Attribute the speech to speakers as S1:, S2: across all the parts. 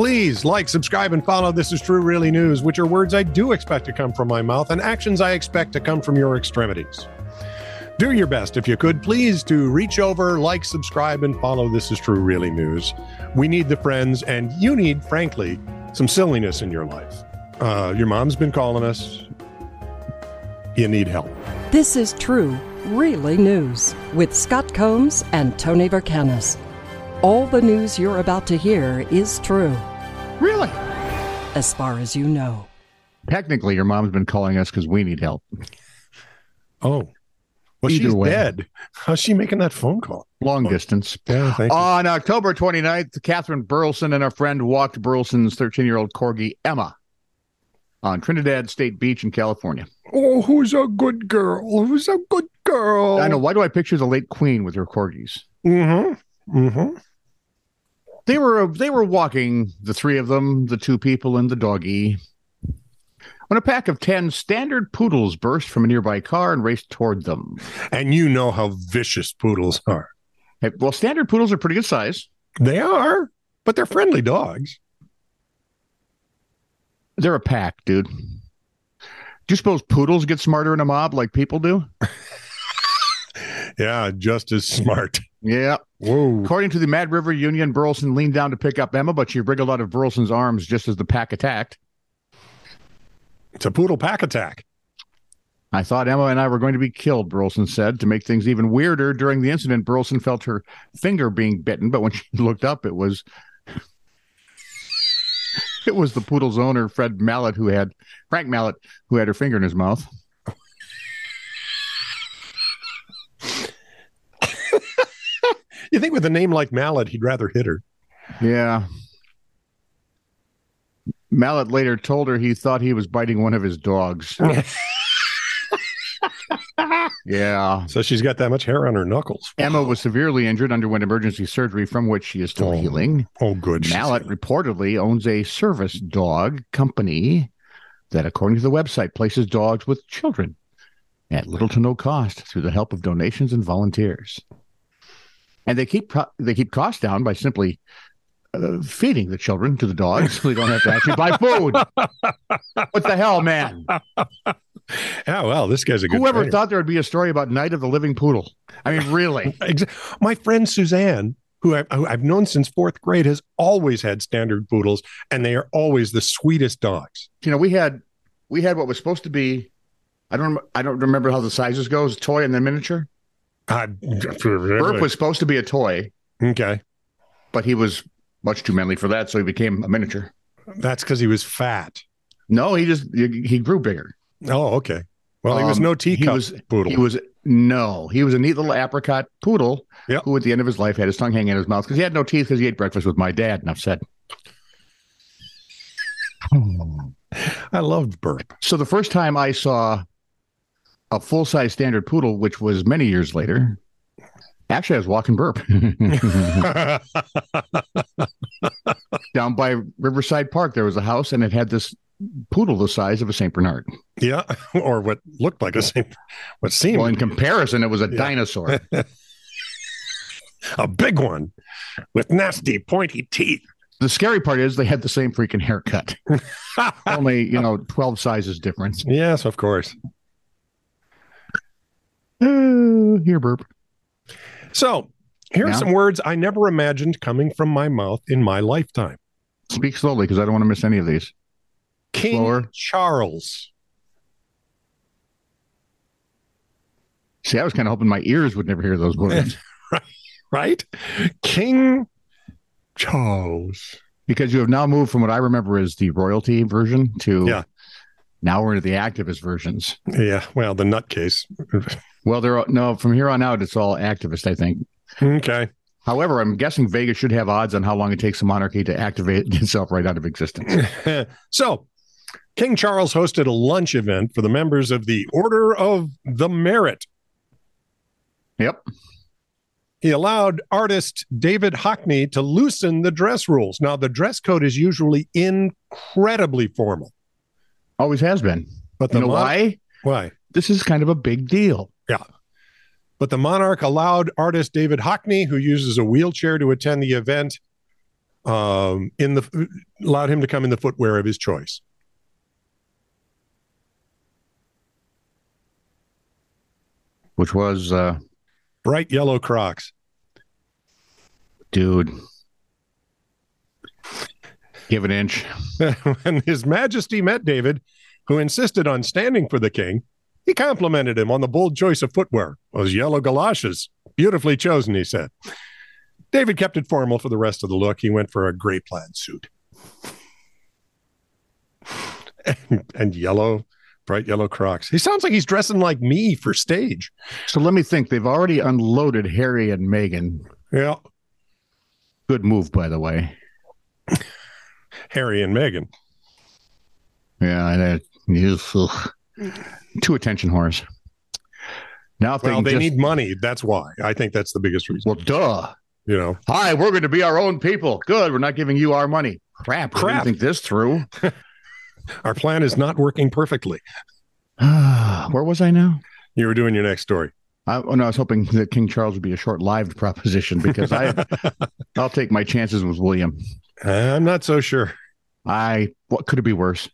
S1: Please like, subscribe, and follow This Is True Really News, which are words I do expect to come from my mouth and actions I expect to come from your extremities. Do your best, if you could, please, to reach over, like, subscribe, and follow This Is True Really News. We need the friends, and you need, frankly, some silliness in your life. Uh, your mom's been calling us. You need help.
S2: This is True, Really News with Scott Combs and Tony Vercanis. All the news you're about to hear is true,
S1: Really?
S2: as far as you know.
S3: Technically, your mom's been calling us because we need help.
S1: Oh. Well,
S3: Either
S1: she's
S3: way.
S1: dead. How's she making that phone call? Uh,
S3: Long distance.
S1: Yeah, Oh, thank you.
S3: On October 29th, Catherine Burleson and her friend walked Burleson's 13 year old corgi, Emma, on Trinidad State Beach in California.
S1: Oh, who's a good girl? Who's a good girl?
S3: I know. Why do I picture the late queen with her corgis?
S1: Mm-hmm. Mm-hmm.
S3: They were they were walking, the three of them, the two people and the doggy, when a pack of 10 standard poodles burst from a nearby car and raced toward them.
S1: And you know how vicious poodles are.
S3: Hey, Well, standard poodles are pretty good size.
S1: They are, but they're friendly dogs.
S3: They're a pack, dude. Do you suppose poodles get smarter in a mob like people do?
S1: Yeah, just as smart.
S3: Yeah.
S1: Mm-hmm. Whoa.
S3: According to the Mad River Union, Burleson leaned down to pick up Emma, but she wriggled out of Burleson's arms just as the pack attacked.
S1: It's a poodle pack attack.
S3: I thought Emma and I were going to be killed, Burleson said. To make things even weirder, during the incident, Burleson felt her finger being bitten, but when she looked up, it was it was the poodle's owner, Fred Mallet, who had Frank Mallet, who had her finger in his mouth.
S1: You think with a name like Mallet, he'd rather hit her.
S3: Yeah. Mallet later told her he thought he was biting one of his dogs. yeah.
S1: So she's got that much hair on her knuckles.
S3: Emma was severely injured, underwent emergency surgery from which she is still
S1: Oh.
S3: healing.
S1: Oh, good. She's-
S3: Mallet reportedly owns a service dog company that, according to the website, places dogs with children at little to no cost through the help of donations and volunteers. And they keep pro- they keep costs down by simply uh, feeding the children to the dogs, so they don't have to actually buy food. what the hell, man?
S1: Oh, well, this guy's a good
S3: Whoever
S1: trainer.
S3: thought there would be a story about Night of the Living Poodle? I mean, really?
S1: Exa- My friend Suzanne, who, I, who I've known since fourth grade, has always had standard poodles, and they are always the sweetest dogs.
S3: you know, we had we had what was supposed to be. I don't rem- I don't remember how the sizes goes. Toy and then miniature.
S1: I,
S3: Burp was supposed to be a toy,
S1: okay.
S3: but he was much too manly for that, so he became a miniature.
S1: That's because he was fat.
S3: No, he just he he grew bigger.
S1: Oh, okay. Well, he was
S3: Um,
S1: no
S3: he
S1: teacup
S3: was-
S1: poodle.
S3: He was no, he was a neat little apricot poodle
S1: Yep.
S3: who, at the end of his life, had his tongue hanging in his mouth because he had no teeth because he ate breakfast with my dad. Enough said.
S1: I loved Burp.
S3: So the first time I saw a full size standard poodle, which was many years later, actually I was walking burp down by Riverside Park. There was a house and it had this poodle the size of a Saint Bernard.
S1: yeah, or what looked like a Saint, what seemed
S3: Well, in comparison, it was a
S1: Yeah.
S3: dinosaur.
S1: a big one with nasty pointy teeth.
S3: the scary part is they had the same freaking haircut, only you know twelve sizes difference.
S1: yes, of course.
S3: Uh, here, burp.
S1: So here are
S3: Yeah.
S1: some words I never imagined coming from my mouth in my lifetime.
S3: Speak slowly because I don't want to miss any of these.
S1: King
S3: Slower.
S1: Charles.
S3: See, I was kind of hoping my ears would never hear those words
S1: right? King Charles.
S3: because you have now moved from what I remember as the royalty version to
S1: Yeah.
S3: now we're into the activist versions.
S1: Yeah, well, the nutcase.
S3: Well, there are, no from here on out it's all activist. I think.
S1: okay.
S3: However, I'm guessing Vegas should have odds on how long it takes the monarchy to activate itself right out of existence.
S1: so, King Charles hosted a lunch event for the members of the Order of the Merit.
S3: Yep.
S1: He allowed artist David Hockney to loosen the dress rules. Now, the dress code is usually incredibly formal,
S3: Always has been.
S1: but the
S3: You know
S1: mon-
S3: why?
S1: why?
S3: This is kind of a big deal.
S1: But the monarch allowed artist David Hockney, who uses a wheelchair to attend the event, um, in the allowed him to come in the footwear of his choice.
S3: which was, uh,
S1: Bright yellow Crocs.
S3: dude, give an inch.
S1: when His Majesty met David, who insisted on standing for the king, he complimented him on the bold choice of footwear, those yellow galoshes. Beautifully chosen, he said. David kept it formal for the rest of the look. He went for a gray plaid suit and, and yellow, bright yellow Crocs. He sounds like he's dressing like me for stage.
S3: So let me think. They've already unloaded Harry and Meghan.
S1: Yeah,
S3: Good move, by the way.
S1: Harry and Meghan.
S3: Yeah, that, ugh. two attention whores. Now if
S1: Well,
S3: they,
S1: they
S3: can just,
S1: need money. That's why. I think that's the biggest reason.
S3: well, duh.
S1: You know,
S3: Hi, we're going to be our own people. Good, we're not giving you our money. Crap, we didn't
S1: Crap.
S3: think this through.
S1: our plan is not working perfectly.
S3: Where was I now?
S1: You were doing your next story.
S3: I, oh no, I was hoping that King Charles would be a short-lived proposition because I, I'll take my chances with William.
S1: Uh, I'm not so sure.
S3: I what could it be worse?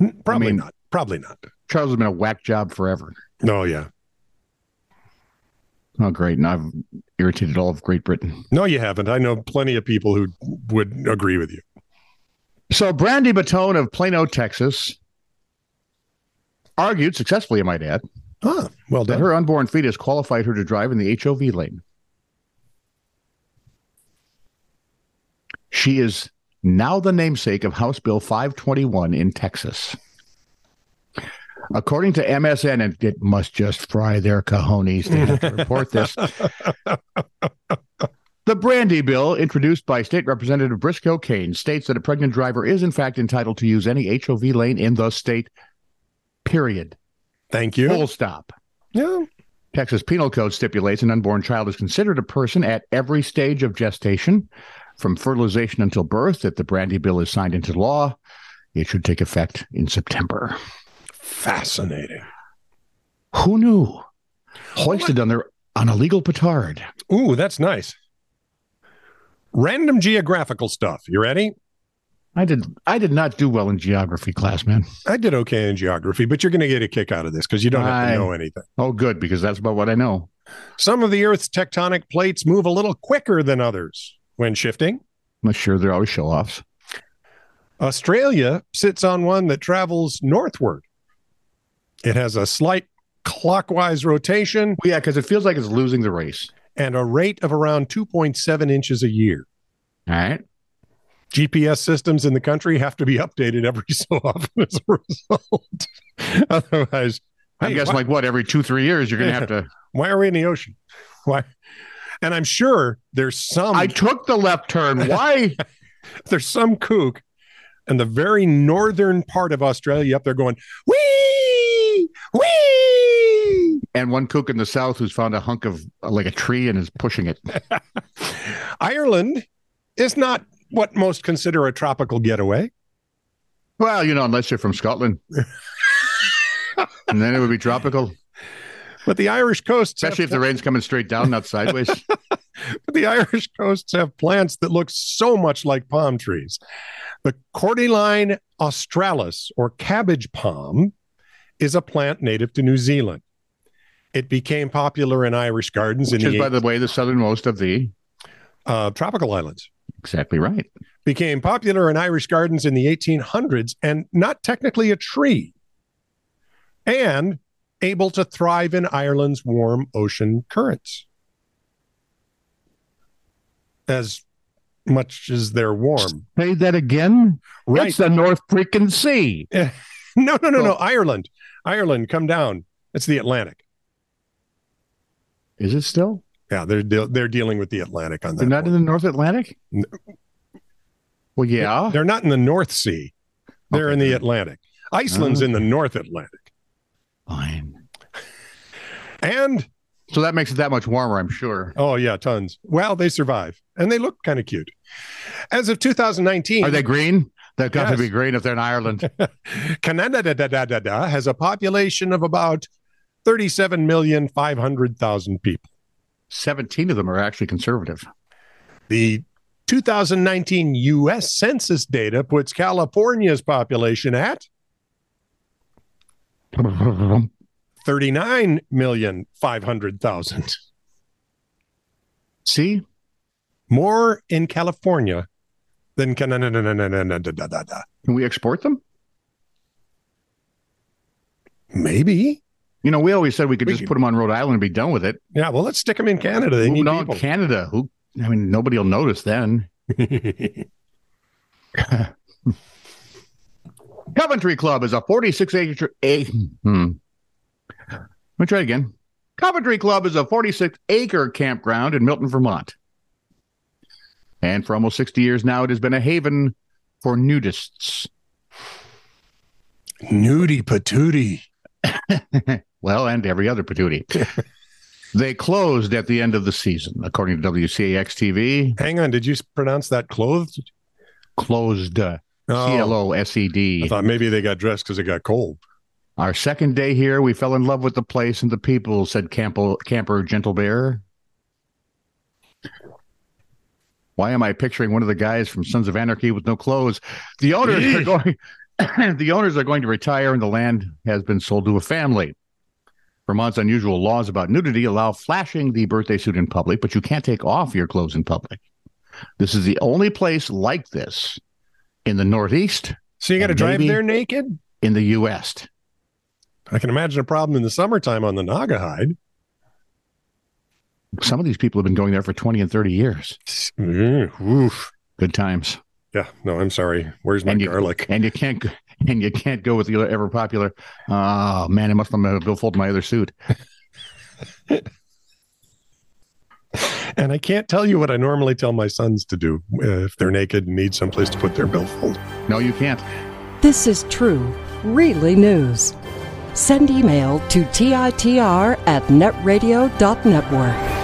S1: N- Probably
S3: mean-
S1: not. Probably not.
S3: Charles has been a whack job forever.
S1: No, yeah.
S3: Oh great, and I've irritated all of Great Britain.
S1: No, you haven't. I know plenty of people who would agree with you.
S3: So Brandy Batone of Plano, Texas, argued successfully, I might add,
S1: Ah, well
S3: that
S1: done.
S3: her unborn fetus qualified her to drive in the HOV lane. She is now the namesake of House Bill 521 in Texas. According to MSN, and it must just fry their cojones to have to report this. The Brandy Bill, introduced by State Representative Briscoe Kane, states that a pregnant driver is, in fact, entitled to use any HOV lane in the state, period.
S1: Thank you.
S3: Full stop.
S1: yeah.
S3: Texas Penal Code stipulates an unborn child is considered a person at every stage of gestation, from fertilization until birth. If the Brandy Bill is signed into law, it should take effect in September.
S1: Fascinating.
S3: Who knew? Hoisted on their on a legal petard.
S1: Ooh, that's nice. Random geographical stuff. You ready?
S3: I did I did not do well in geography class, man.
S1: I did okay in geography, but you're going to get a kick out of this because you don't have
S3: Aye.
S1: to know anything.
S3: Oh, good, because that's about what I know.
S1: Some of the Earth's tectonic plates move a little quicker than others when shifting.
S3: I'm sure they're always show offs.
S1: Australia sits on one that travels northward. It has a slight clockwise rotation
S3: Well, yeah, because it feels like it's losing the race.
S1: and a rate of around 2.7 inches a year.
S3: All right.
S1: GPS systems in the country have to be updated every so often as a result. Otherwise,
S3: I
S1: hey,
S3: guess
S1: why,
S3: like what, every two, three years you're gonna have to
S1: why are we in the ocean? Why? And I'm sure there's some
S3: I took the left turn. Why?
S1: there's some kook in the very northern part of Australia up there going, wee, wee.
S3: and one kook in the south who's found a hunk of uh, like a tree and is pushing it.
S1: Ireland is not what most consider a tropical getaway.
S3: Well, you know, unless you're from Scotland, and then it would be tropical,
S1: But the Irish coasts, have,
S3: especially if the rain's coming straight down, not sideways.
S1: the Irish coasts have plants that look so much like palm trees. The Cordyline australis, or cabbage palm, is a plant native to New Zealand. It became popular in Irish gardens
S3: Which
S1: in the,
S3: is, by the way, the southernmost of the
S1: uh, tropical islands.
S3: exactly right.
S1: Became popular in Irish gardens in the 1800s, and not technically a tree, and able to thrive in Ireland's warm ocean currents. As much as they're warm,
S3: Say that again.
S1: right?
S3: It's the North freaking Sea.
S1: No, no, no, no.
S3: Well-
S1: Ireland, Ireland, come down. It's the Atlantic.
S3: Is it still?
S1: Yeah, they're de- they're dealing with the Atlantic on that.
S3: They're not in
S1: one.
S3: the North Atlantic.
S1: No.
S3: Well, yeah.
S1: they're not in the North Sea. They're
S3: Okay, Oh.
S1: in the
S3: good.
S1: Atlantic. Iceland's in the North Atlantic,
S3: Fine.
S1: and
S3: So that makes it that much warmer, I'm sure.
S1: Oh yeah, tons. Well, they survive, and they look kind of cute. As of 2019,
S3: Are they green? They've got
S1: Yes.
S3: to be green if they're in Ireland.
S1: Canada da, da, da, da, da, has a population of about 37,500,000 people.
S3: Seventeen of them are actually conservative.
S1: The 2019 U.S. Census data puts California's population at 39,500,000.
S3: See,
S1: More in California than Canada.
S3: can we export them?
S1: Maybe.
S3: You know, we always said we could
S1: We
S3: just
S1: could-
S3: put them on Rhode Island and be done with it.
S1: Yeah, well, let's stick them in Canada. They
S3: Move
S1: need
S3: it on
S1: people.
S3: Canada. Who? I mean, nobody will notice then. Coventry Club is a 46 acre. A, hmm. Let me try it again. Coventry Club is a 46 acre campground in Milton, Vermont. And for almost 60 years now, it has been a haven for nudists.
S1: Nudie patootie.
S3: well, and every other patootie. they closed at the end of the season, according to WCAX TV.
S1: Hang on, did you s- pronounce that clothed?
S3: Closed. uh, C L O S E
S1: Oh. I
S3: D.
S1: thought maybe they got dressed because it got cold.
S3: Our second day here, we fell in love with the place and the people, said Campo, Camper Gentle Bear. Why am I picturing one of the guys from Sons of Anarchy with no clothes? The owners are going the owners are going to retire and the land has been sold to a family. Vermont's unusual laws about nudity allow flashing the birthday suit in public, but you can't take off your clothes in public. This is the only place like this in the Northeast,
S1: So you got to
S3: And
S1: drive
S3: Uh, maybe-
S1: there naked?
S3: in the U.S.
S1: I can imagine a problem in the summertime on the Naga hide.
S3: some of these people have been going there for 20 and 30 years.
S1: Mm, Oof.
S3: Good times.
S1: Yeah, no, I'm sorry. Where's my
S3: And you-
S1: garlic?
S3: And you can't go, and you can't go with the ever popular. Oh man, I must have billfold my other suit.
S1: And I can't tell you what I normally tell my sons to do uh, if they're naked and need someplace to put their billfold.
S3: No, you can't.
S2: This is true, really news. Send email to TITR at netradio.network.